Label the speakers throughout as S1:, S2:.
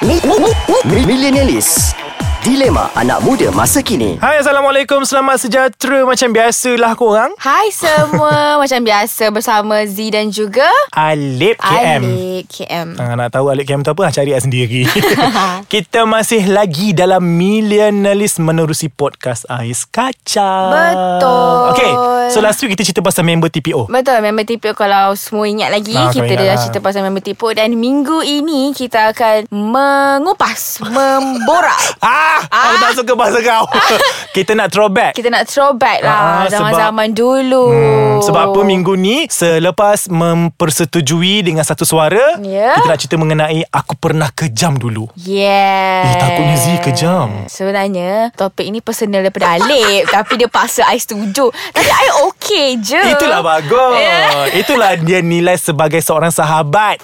S1: Mi- mi- mi- mi- Millenialis Dilema anak muda masa kini
S2: Hai Assalamualaikum Selamat sejahtera Macam biasalah korang
S3: Hai semua Macam biasa bersama Z dan juga
S2: Alip KM
S3: Alik KM
S2: Ah, nak tahu Alip KM tu apa? Ah, Cari lah sendiri Kita masih lagi dalam Millenialis menerusi podcast Ais Kacang
S3: Betul.
S2: Okay So last week kita cerita pasal member TPO
S3: Betul member TPO kalau semua ingat lagi
S2: Ah,
S3: ah,
S2: kau
S3: Kita
S2: ingat
S3: dah
S2: lah.
S3: cerita pasal member TPO Dan minggu ini kita akan mengupas Memborak
S2: Ah, ah, aku
S3: Ah.
S2: tak suka bahasa kau Kita nak throwback
S3: Kita nak
S2: Ah,
S3: throwback lah
S2: sebab-
S3: Zaman-zaman dulu
S2: Hmm, sebab
S3: Oh.
S2: apa minggu ni Selepas mempersetujui dengan satu suara
S3: Ya.
S2: Kita nak cerita mengenai Aku pernah kejam dulu
S3: Yeah
S2: Eh, takutnya Z kejam.
S3: Sebenarnya Topik ni personal daripada Alip Tapi dia paksa I setuju Tapi I okay je
S2: Itulah bagus
S3: Yeah.
S2: Itulah dia nilai sebagai seorang sahabat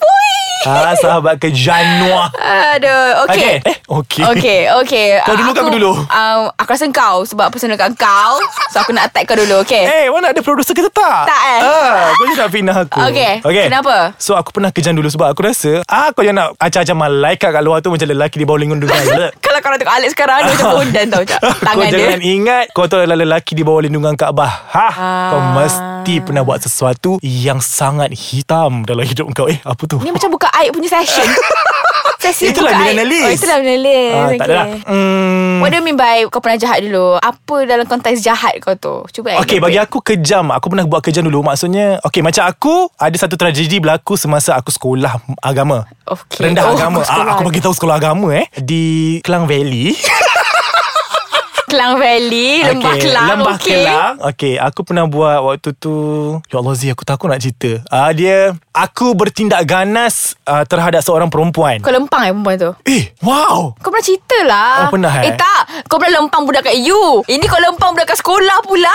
S2: Ah, sahabat ke Janua
S3: Aduh,
S2: Okay.
S3: okay.
S2: Eh, okay.
S3: Okay, okay.
S2: Kau dulu ke aku dulu?
S3: Um, aku rasa kau sebab personal kat kau. So, aku nak attack kau dulu,
S2: Eh,
S3: okay?
S2: hey, awak nak ada producer kita tak?
S3: Tak, eh?
S2: Ah, kau je nak fitnah aku.
S3: Okay, kenapa?
S2: So, aku pernah kejam dulu sebab aku rasa, ah, kau jangan nak acah-acah malaikat kat luar tu macam lelaki di bawah lingkungan dunia.
S3: Kalau kau nak tengok Alex sekarang, dia macam bondan tau. Cak.
S2: Kau
S3: Tangan dia.
S2: jangan ingat Kau tu adalah lelaki Di bawah lindungan Kaabah ha, Kau
S3: Ah.
S2: mesti pernah buat sesuatu Yang sangat hitam Dalam hidup kau Eh apa tu
S3: Ni macam buka aib punya session. Sesi
S2: Itulah
S3: buka aib.
S2: millennialist.
S3: Oh, itulah millennialist.
S2: Ah,
S3: okay.
S2: Tak adalah hmm,
S3: What do you mean by kau pernah jahat dulu? Apa dalam konteks jahat kau tu? Cuba
S2: Okay bagi aku kejam Aku pernah buat kejam dulu Maksudnya Okay macam aku Ada satu tragedi berlaku Semasa aku sekolah agama
S3: Okay.
S2: Rendah
S3: Oh,
S2: agama
S3: kau sekolah.
S2: ah, Aku bagi tahu sekolah agama eh Di Kelang Valley
S3: Kelang Valley, Lembah
S2: Okey,
S3: Kelang.
S2: Lembah
S3: okay.
S2: Kelang Okay aku pernah buat waktu tu Ya Allah Z aku takut nak cerita uh, Dia Aku bertindak ganas uh, Terhadap seorang perempuan
S3: Kau lempang eh perempuan tu?
S2: Eh wow
S3: Kau pernah cerita lah
S2: Oh, pernah, eh?
S3: Eh tak Kau pernah lempang budak kat you Ini kau lempang budak kat sekolah pula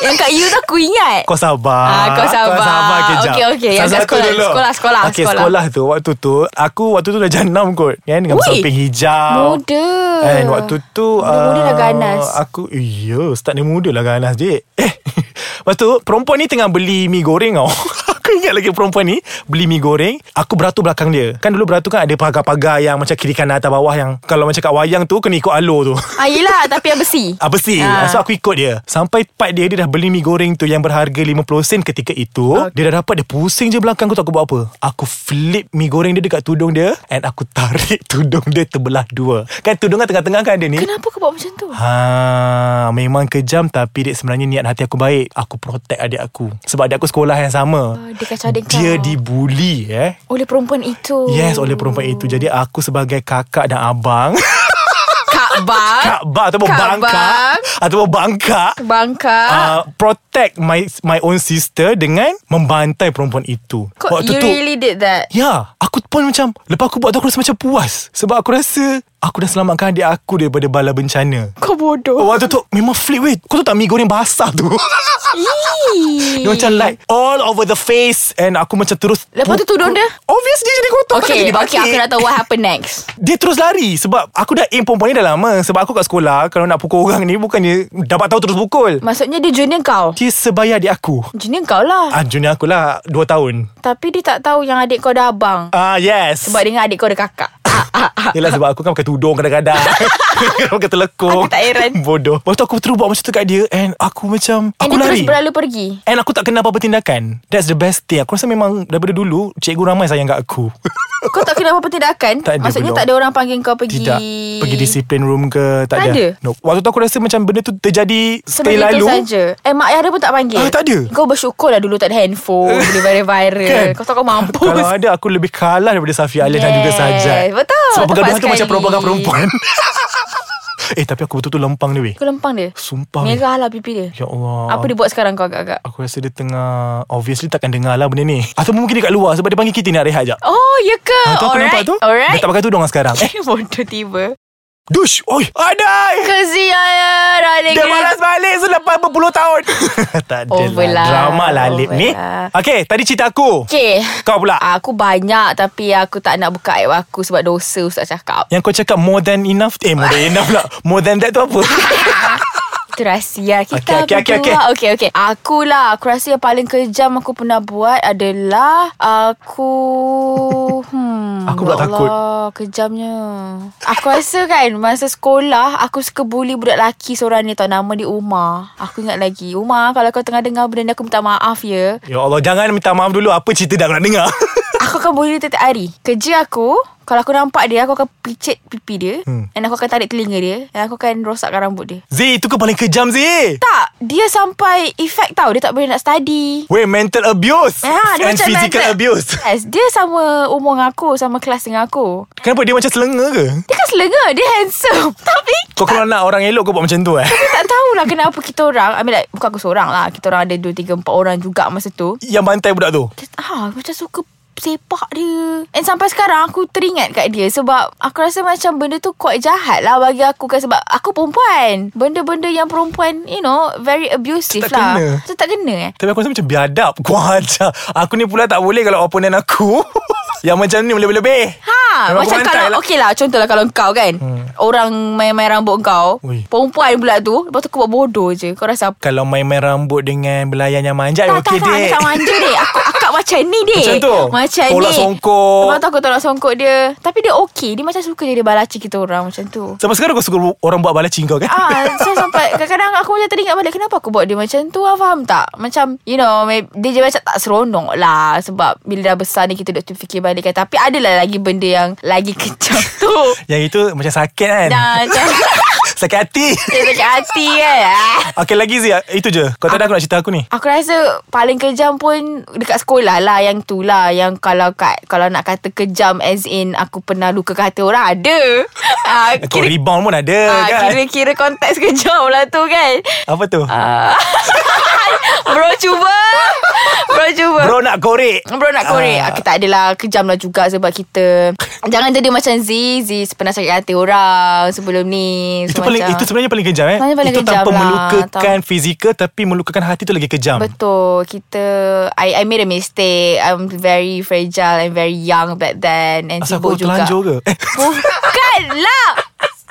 S3: Yang kat you tu aku ingat
S2: kau sabar
S3: Ah, kau sabar.
S2: Kau sabar kejap
S3: Okey, okey. Yang kat
S2: Satu-satu
S3: sekolah,
S2: dulu.
S3: sekolah, sekolah,
S2: Okey,
S3: sekolah.
S2: sekolah tu Waktu tu Aku waktu tu dah janam kot Kan dengan
S3: Ui,
S2: sopeng hijau
S3: muda.
S2: And waktu tu
S3: Muda-muda dah
S2: ah,
S3: ganas.
S2: Aku Ya start ni muda lah ganas je Eh Lepas tu Perempuan ni tengah beli mi goreng tau Aku ingat lagi perempuan ni Beli mi goreng Aku beratur belakang dia Kan dulu beratur kan ada pagar-pagar Yang macam kiri kanan atas bawah Yang kalau macam kat wayang tu Kena ikut alur tu
S3: ah, Yelah tapi yang besi
S2: apa sih? Ha.
S3: Ah.
S2: So aku ikut dia. Sampai part dia dia dah beli mi goreng tu yang berharga 50 sen ketika itu, okay.
S3: Okay.
S2: dia dah dapat dia pusing je belakang aku tak aku buat apa. Aku flip mi goreng dia dekat tudung dia and aku tarik tudung dia terbelah dua. Kan tudung kan tengah-tengah kan dia ni.
S3: Kenapa kau buat macam tu?
S2: Ha, memang kejam tapi dia sebenarnya niat hati aku baik. Aku protect adik aku. Sebab adik aku sekolah yang sama.
S3: Oh, dia kacau adik
S2: Dia
S3: kau.
S2: dibuli eh.
S3: Oleh perempuan itu
S2: Yes, oleh perempuan itu. Jadi aku sebagai kakak dan abang
S3: Kak Bang
S2: Kak Bang ataupun
S3: Kak
S2: bangkak
S3: Bang.
S2: Ataupun bangkak
S3: Bangka
S2: uh, protect my my own sister dengan membantai perempuan itu.
S3: Kau, You really did that
S2: Ya, aku pun macam lepas aku buat tu aku rasa macam puas sebab aku rasa aku dah selamatkan adik aku daripada bala bencana.
S3: Kau bodoh
S2: Waktu tu memang flip weh. Kau tahu tak mi goreng basah tu.
S3: Ih.
S2: dia macam like all over the face and aku macam terus
S3: Lepas tu tudung dia?
S2: Obviously dia jadi kotor Kau tak
S3: Okay,
S2: jadi
S3: okay,
S2: batik.
S3: aku nak tahu what happen next.
S2: Dia terus lari Sebab aku dah aim perempuan ni dah lama Sebab aku kat sekolah Kalau nak pukul orang ni Bukannya dapat tahu terus pukul
S3: Maksudnya dia junior kau.
S2: Dia sebaya adik aku
S3: Junior kau lah.
S2: Ah, junior aku lah 2 tahun
S3: Tapi dia tak tahu yang adik kau dah abang.
S2: Ah yes
S3: Sebab dengan adik kau ada kakak. Ah, ah, ah.
S2: Yelah sebab aku kan pakai tudung kadang-kadang Kadang-kadang pakai telekung
S3: Aku tak heran.
S2: Bodoh Lepas tu aku terus buat macam tu kat dia And aku macam
S3: And
S2: Aku
S3: dia
S2: lari
S3: terus berlalu pergi.
S2: And aku tak kena apa-apa tindakan That's the best thing Aku rasa memang daripada dulu Cikgu ramai sayang kat aku
S3: Kau tak kena apa-apa tindakan
S2: Tak ada,
S3: Maksudnya
S2: belum.
S3: tak ada orang panggil kau pergi
S2: Tidak Pergi disiplin room ke Tak,
S3: Tak ada.
S2: ada no. Waktu tu aku rasa macam Benda tu terjadi Sekali
S3: Sebenarnya
S2: lalu
S3: itu saja. Eh mak ayah dia pun tak panggil
S2: Ah, tak ada.
S3: Kau bersyukur lah dulu tak ada handphone Boleh viral-viral
S2: Kan?
S3: Kau tahu kau mampus
S2: Kalau ada aku lebih kalah Daripada Safi Alia Dan juga
S3: Yes,
S2: Sajat
S3: betul.
S2: Sebab
S3: Tepat
S2: pergaduhan tu macam
S3: sekali.
S2: perempuan-perempuan Eh tapi aku betul-betul lempang dia weh
S3: Kau lempang dia
S2: Sumpah weh.
S3: Merah lah pipi dia
S2: Ya Allah
S3: Apa dia buat sekarang kau agak-agak
S2: Aku rasa dia tengah Obviously takkan dengar lah benda ni Atau mungkin dia kat luar Sebab dia panggil kita nak rehat jap
S3: Oh ya ke
S2: Ah, tu aku
S3: Alright
S2: nampak tu
S3: Alright
S2: Dia tak pakai tudung lah sekarang Eh
S3: Bodoh tiba
S2: Dush Oi Adai
S3: Kesian Adik
S2: Dia malas balik Selepas berpuluh tahun Tak ada
S3: Over
S2: lah
S3: lah.
S2: Drama lah Alip
S3: Over
S2: ni
S3: lah.
S2: Okay tadi cerita aku
S3: Okay Ah.
S2: Kau pula
S3: Aku banyak Tapi aku tak nak buka aib aku Sebab dosa ustaz cakap
S2: Yang kau cakap more than enough Eh more than enough lah More than that tu apa
S3: Terasi ya
S2: Okey,
S3: Kita
S2: okey, okey,
S3: okay, berdua okay, okay. okay, Aku lah Aku rasa yang paling kejam Aku pernah buat adalah Aku hmm,
S2: Aku pula
S3: ya
S2: takut.
S3: Allah, Kejamnya Aku rasa kan Masa sekolah Aku suka bully budak lelaki Seorang ni tau Nama dia Umar Aku ingat lagi Umar kalau kau tengah dengar Benda ni aku minta maaf ya
S2: Ya Allah Jangan minta maaf dulu Apa cerita dah nak dengar
S3: Aku akan bully dia tiap hari Kerja aku Kalau aku nampak dia Aku akan picit pipi dia hmm. And aku akan tarik telinga dia And aku akan rosakkan rambut dia
S2: Z itu ke paling kejam Z
S3: tak Dia sampai Efek tau Dia tak boleh nak study
S2: Weh mental abuse
S3: Ah, dia
S2: And
S3: macam
S2: physical
S3: mental-
S2: abuse
S3: Yes Dia sama umur dengan aku Sama kelas dengan aku
S2: Kenapa dia macam selenga ke
S3: Dia kan selenga Dia handsome Tapi
S2: Kau kalau nak orang elok Kau buat macam tu eh
S3: Aku tak tahulah kenapa kita orang I mean like Bukan aku seorang lah Kita orang ada 2, 3, 4 orang juga masa tu
S2: Yang bantai budak tu
S3: Dia- ah, Macam suka sepak dia And sampai sekarang Aku teringat kat dia Sebab Aku rasa macam Benda tu kuat jahat lah Bagi aku kan Sebab aku perempuan Benda-benda yang perempuan You know Very abusive
S2: Tak
S3: lah
S2: kena.
S3: Tu tak kena eh
S2: Tapi aku rasa macam biadab Kau ajar Aku ni pula tak boleh Kalau oponen aku Yang macam ni lebih-lebih
S3: Ha,
S2: Memang aku
S3: macam
S2: bantai
S3: kalau
S2: lah.
S3: lah. Okey lah Contohlah kalau kau kan hmm. Orang main-main rambut kau
S2: Ui.
S3: Perempuan pula tu Lepas tu kau buat bodoh je Kau rasa apa
S2: Kalau main-main rambut Dengan belayan yang manja Eh,
S3: tak,
S2: okey,
S3: tak, tak,
S2: dek.
S3: tak manja dek Aku akak macam ni dek
S2: Macam tu?
S3: Macam
S2: Tolak
S3: ni
S2: songkok.
S3: Lepas tu aku tolak songkok dia Tapi dia okey Dia macam suka jadi balaci kita orang Macam tu
S2: Sampai sekarang kau suka Orang buat balai kau kan
S3: Ah, so sampai kadang-kadang aku macam teringat balik kenapa aku buat dia macam tu lah faham tak? Macam you know may- dia je macam tak seronok lah sebab bila dah besar ni kita duk fikir balik kan. Tapi adalah lagi benda yang lagi kejam tu.
S2: Yang itu macam sakit kan
S3: Dah macam
S2: Sakit hati
S3: Dia sakit hati kan Ah.
S2: Okay lagi Zia Itu je Kau tak ada aku nak cerita aku ni
S3: Aku rasa paling kejam pun dekat sekolah lah yang tu lah yang kalau kat kalau nak kata kejam as in aku pernah luka kata orang ada. Ah
S2: Kau
S3: kira,
S2: rebound pun ada
S3: ah,
S2: kan
S3: kira-kira konteks kejam lah tu kan.
S2: Apa tu
S3: Ah. Bro cuba. Bro cuba.
S2: Bro nak Ah. korek
S3: Bro nak korek uh, Kita adalah Kejam lah juga Sebab kita Jangan jadi macam Z Z pernah sakit hati orang Sebelum ni
S2: itu
S3: So,
S2: paling
S3: macam-
S2: itu sebenarnya paling kejam eh.
S3: Sebenarnya paling
S2: itu
S3: kejam
S2: tanpa
S3: lah,
S2: melukakan fizikal tapi melukakan hati tu lagi kejam.
S3: Betul Kita I, I made a mistake I'm very fragile And very young back then And
S2: Asal
S3: sibuk
S2: aku
S3: juga
S2: terlanjur ke? Eh,
S3: Bukan lah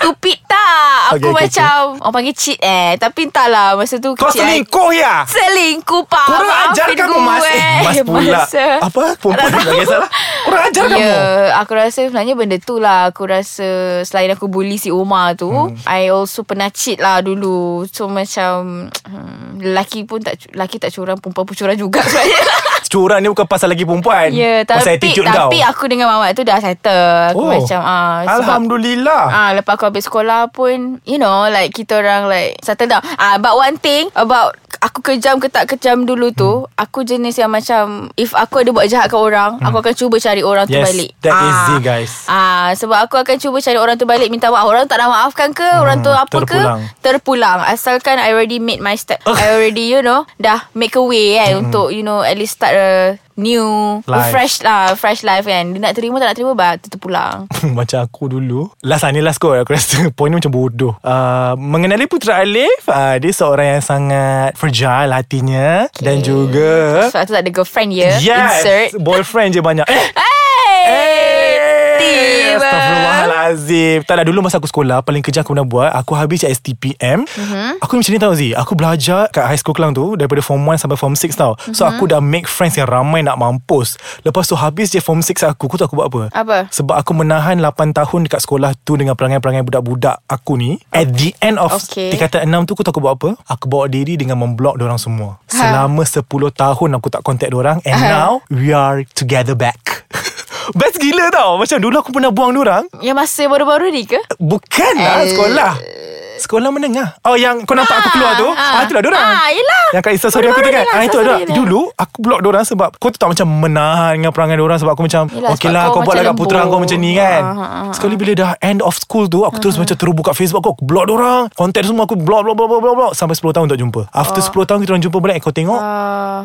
S3: Stupid tak
S2: Okay,
S3: Aku
S2: okay,
S3: okay, macam okay. Orang panggil cheat eh Tapi entahlah Masa tu
S2: Kau
S3: kecil
S2: selingkuh ya?
S3: Selingkuh pak
S2: Korang ajar
S3: Maafin
S2: kamu mas
S3: gue.
S2: eh, Mas pula
S3: Masa.
S2: Apa? Perempuan tak kisah lah Korang ajar
S3: Ya
S2: kamu
S3: yeah, Aku rasa sebenarnya benda tu lah Aku rasa Selain aku bully si Umar tu hmm. I also pernah cheat lah dulu So macam hmm, Lelaki pun tak Lelaki tak curang Perempuan pun curang juga sebenarnya
S2: Curang ni bukan pasal lagi perempuan
S3: Ya
S2: kan? Pasal
S3: tapi
S2: attitude kau
S3: Tapi aku dengan mamat tu dah settle Aku oh. macam ah, sebab
S2: Alhamdulillah
S3: Ah, lepas aku habis sekolah pun You know Like kita orang like Settle down ah, But one thing About Aku kejam ke tak kejam dulu tu hmm. Aku jenis yang macam If aku ada buat jahat ke orang hmm. Aku akan cuba cari orang tu
S2: Yes,
S3: balik
S2: that
S3: ah.
S2: is Z, guys.
S3: ah, Sebab aku akan cuba cari orang tu balik Minta maaf Orang tak nak maafkan ke hmm. Orang tu apa
S2: terpulang.
S3: ke Terpulang Asalkan I already made my step I already you know Dah make a way kan Untuk you know At least start a New
S2: Hmm. Life.
S3: Fresh lah Fresh life kan Dia nak terima tak nak terima bah, Terpulang
S2: Macam aku dulu Last lah ni last kot Aku rasa point ni macam bodoh uh, Mengenali Putera Alif uh, Dia seorang yang sangat Fragile hatinya okay. Dan juga
S3: Sebab tu tak ada girlfriend ya
S2: Yes
S3: Insert
S2: Boyfriend je banyak Eh
S3: Hey
S2: Eh,
S3: Tiba.
S2: Astaghfirullahalazim Tak lah dulu masa aku sekolah Paling kerja aku pernah buat Aku habis je STPM
S3: Mhm.
S2: Aku macam ni tau Zee Aku belajar kat high school Kelang tu Daripada form 1 sampai form 6 tau
S3: Mhm.
S2: So aku dah make friends yang ramai nak mampus Lepas tu habis je form 6 aku Kau tahu aku buat apa?
S3: Apa?
S2: Sebab aku menahan 8 tahun dekat sekolah tu Dengan perangai-perangai budak-budak aku ni At the end of
S3: Okay.
S2: tingkatan 6 tu Aku tahu aku buat apa? Aku bawa diri dengan memblock orang semua Selama 10 tahun aku tak contact orang And
S3: Ha.
S2: now we are together back Best gila tau Macam dulu aku pernah buang orang
S3: Yang masa baru-baru ni ke?
S2: Bukan lah
S3: Eh.
S2: sekolah Sekolah menengah Oh yang kau nampak aku keluar tu Ah,
S3: ah.
S2: itulah dorang
S3: Ah, yelah.
S2: Yang kat Insta story aku tu kan
S3: Baru-baru ni lah,
S2: ah, Itu
S3: Insta
S2: ada
S3: story dia.
S2: Dulu aku block dorang sebab Kau tu tak macam menahan Dengan perangai dorang Sebab aku macam
S3: Yelah,
S2: Okay
S3: sebab
S2: lah
S3: kau
S2: kau buat lah
S3: macam
S2: kat putera
S3: lembut.
S2: kau macam ni kan
S3: Ah, ah, ah,
S2: Sekali bila dah end of school tu Aku terus macam terhubung kat Facebook aku Aku block dorang Contact semua aku block block block block, block, block. Sampai 10 tahun tak jumpa After
S3: Ah.
S2: 10 tahun kita orang jumpa balik Kau tengok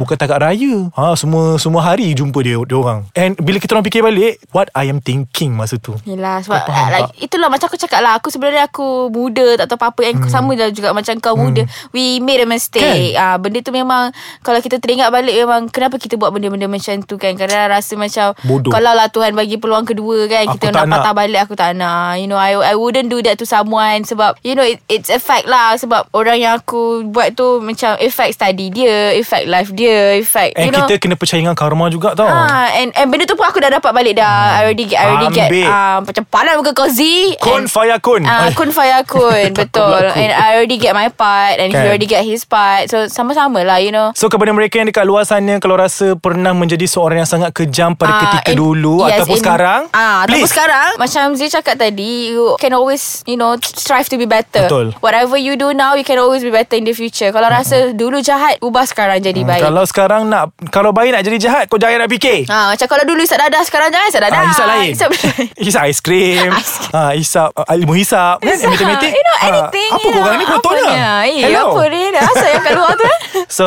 S2: Bukan tak kat raya ha, Semua semua hari jumpa dia orang And bila kita orang fikir balik What I am thinking masa tu
S3: Yelah sebab
S2: Kau faham
S3: like, Itulah macam aku cakap lah Aku sebenarnya aku muda Tak tahu apa-apa Yang hmm. sama lah juga Macam kau muda
S2: Hmm.
S3: We made a mistake kan? ha, Benda tu memang Kalau kita teringat balik Memang kenapa kita buat benda-benda macam tu kan Kadang-kadang rasa macam
S2: Bodoh.
S3: Kalau lah Tuhan bagi peluang kedua kan
S2: Aku tak
S3: Kita nak,
S2: nak.
S3: patah balik Aku tak nak You know I, I wouldn't do that to someone Sebab You know it, It's a fact lah Sebab orang yang aku Buat tu Macam effect study dia Effect life dia Effect
S2: And
S3: you know
S2: kita kena percaya dengan karma juga tau
S3: Ah, and, and benda tu pun aku dah dapat balik dah. I already get, I already get.
S2: Hmm. Ambil.
S3: Uh, macam panas muka kau Z.
S2: Kun
S3: and-
S2: faya kun.
S3: Ah,
S2: Ay.
S3: kun faya kun. Betul.
S2: pula aku.
S3: And I already get my part. And he
S2: Kan.
S3: already get his part. So, sama-sama lah, you know.
S2: So kepada mereka yang dekat luar sana Kalau rasa pernah menjadi seorang yang sangat kejam Pada
S3: Ah,
S2: ketika
S3: and-
S2: dulu
S3: yes,
S2: Ataupun
S3: and-
S2: sekarang
S3: ah, Ataupun
S2: Please
S3: sekarang Macam Zee cakap tadi You can always You know Strive to be better
S2: Betul.
S3: Whatever you do now You can always be better in the future Kalau rasa dulu jahat Ubah sekarang jadi baik
S2: Mm-hmm. Hmm, Kalau sekarang nak Kalau baik nak jadi jahat Kau jangan nak fikir
S3: Ah, macam kalau dulu isap dadah Sekarang jangan isap dadah
S2: Ah, hisap lain
S3: Isap lain
S2: Hisap ais krim
S3: Ais krim.
S2: ah, Hisap uh, Ilmu hisap Kan
S3: Isap.
S2: matematik
S3: You know
S2: Ah,
S3: anything
S2: Apa korang ni kotornya
S3: Hello Apa ni Dah asal yang kat luar tu eh
S2: So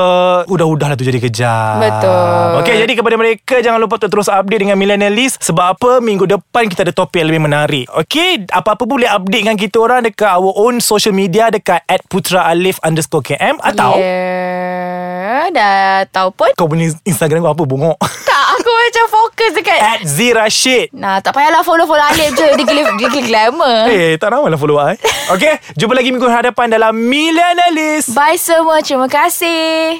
S2: Udah-udahlah tu jadi kejam
S3: Betul.
S2: Okay jadi kepada mereka Jangan lupa untuk terus update Dengan Millennial List Sebab apa Minggu depan kita ada topik yang lebih menarik Okay Apa-apa boleh update dengan kita orang Dekat our own social media Dekat At Putra Alif Underscore KM Atau yeah.
S3: yeah, Dah tahu pun
S2: Kau punya Instagram kau apa bongok
S3: Tak aku macam fokus dekat
S2: At Z Rashid
S3: Nah tak payahlah follow-follow Alif je Dia gila, dia gila glamour
S2: Eh, tak ramai lah follow I. Okay, jumpa lagi minggu hadapan dalam Millennialist.
S3: Bye semua Terima kasih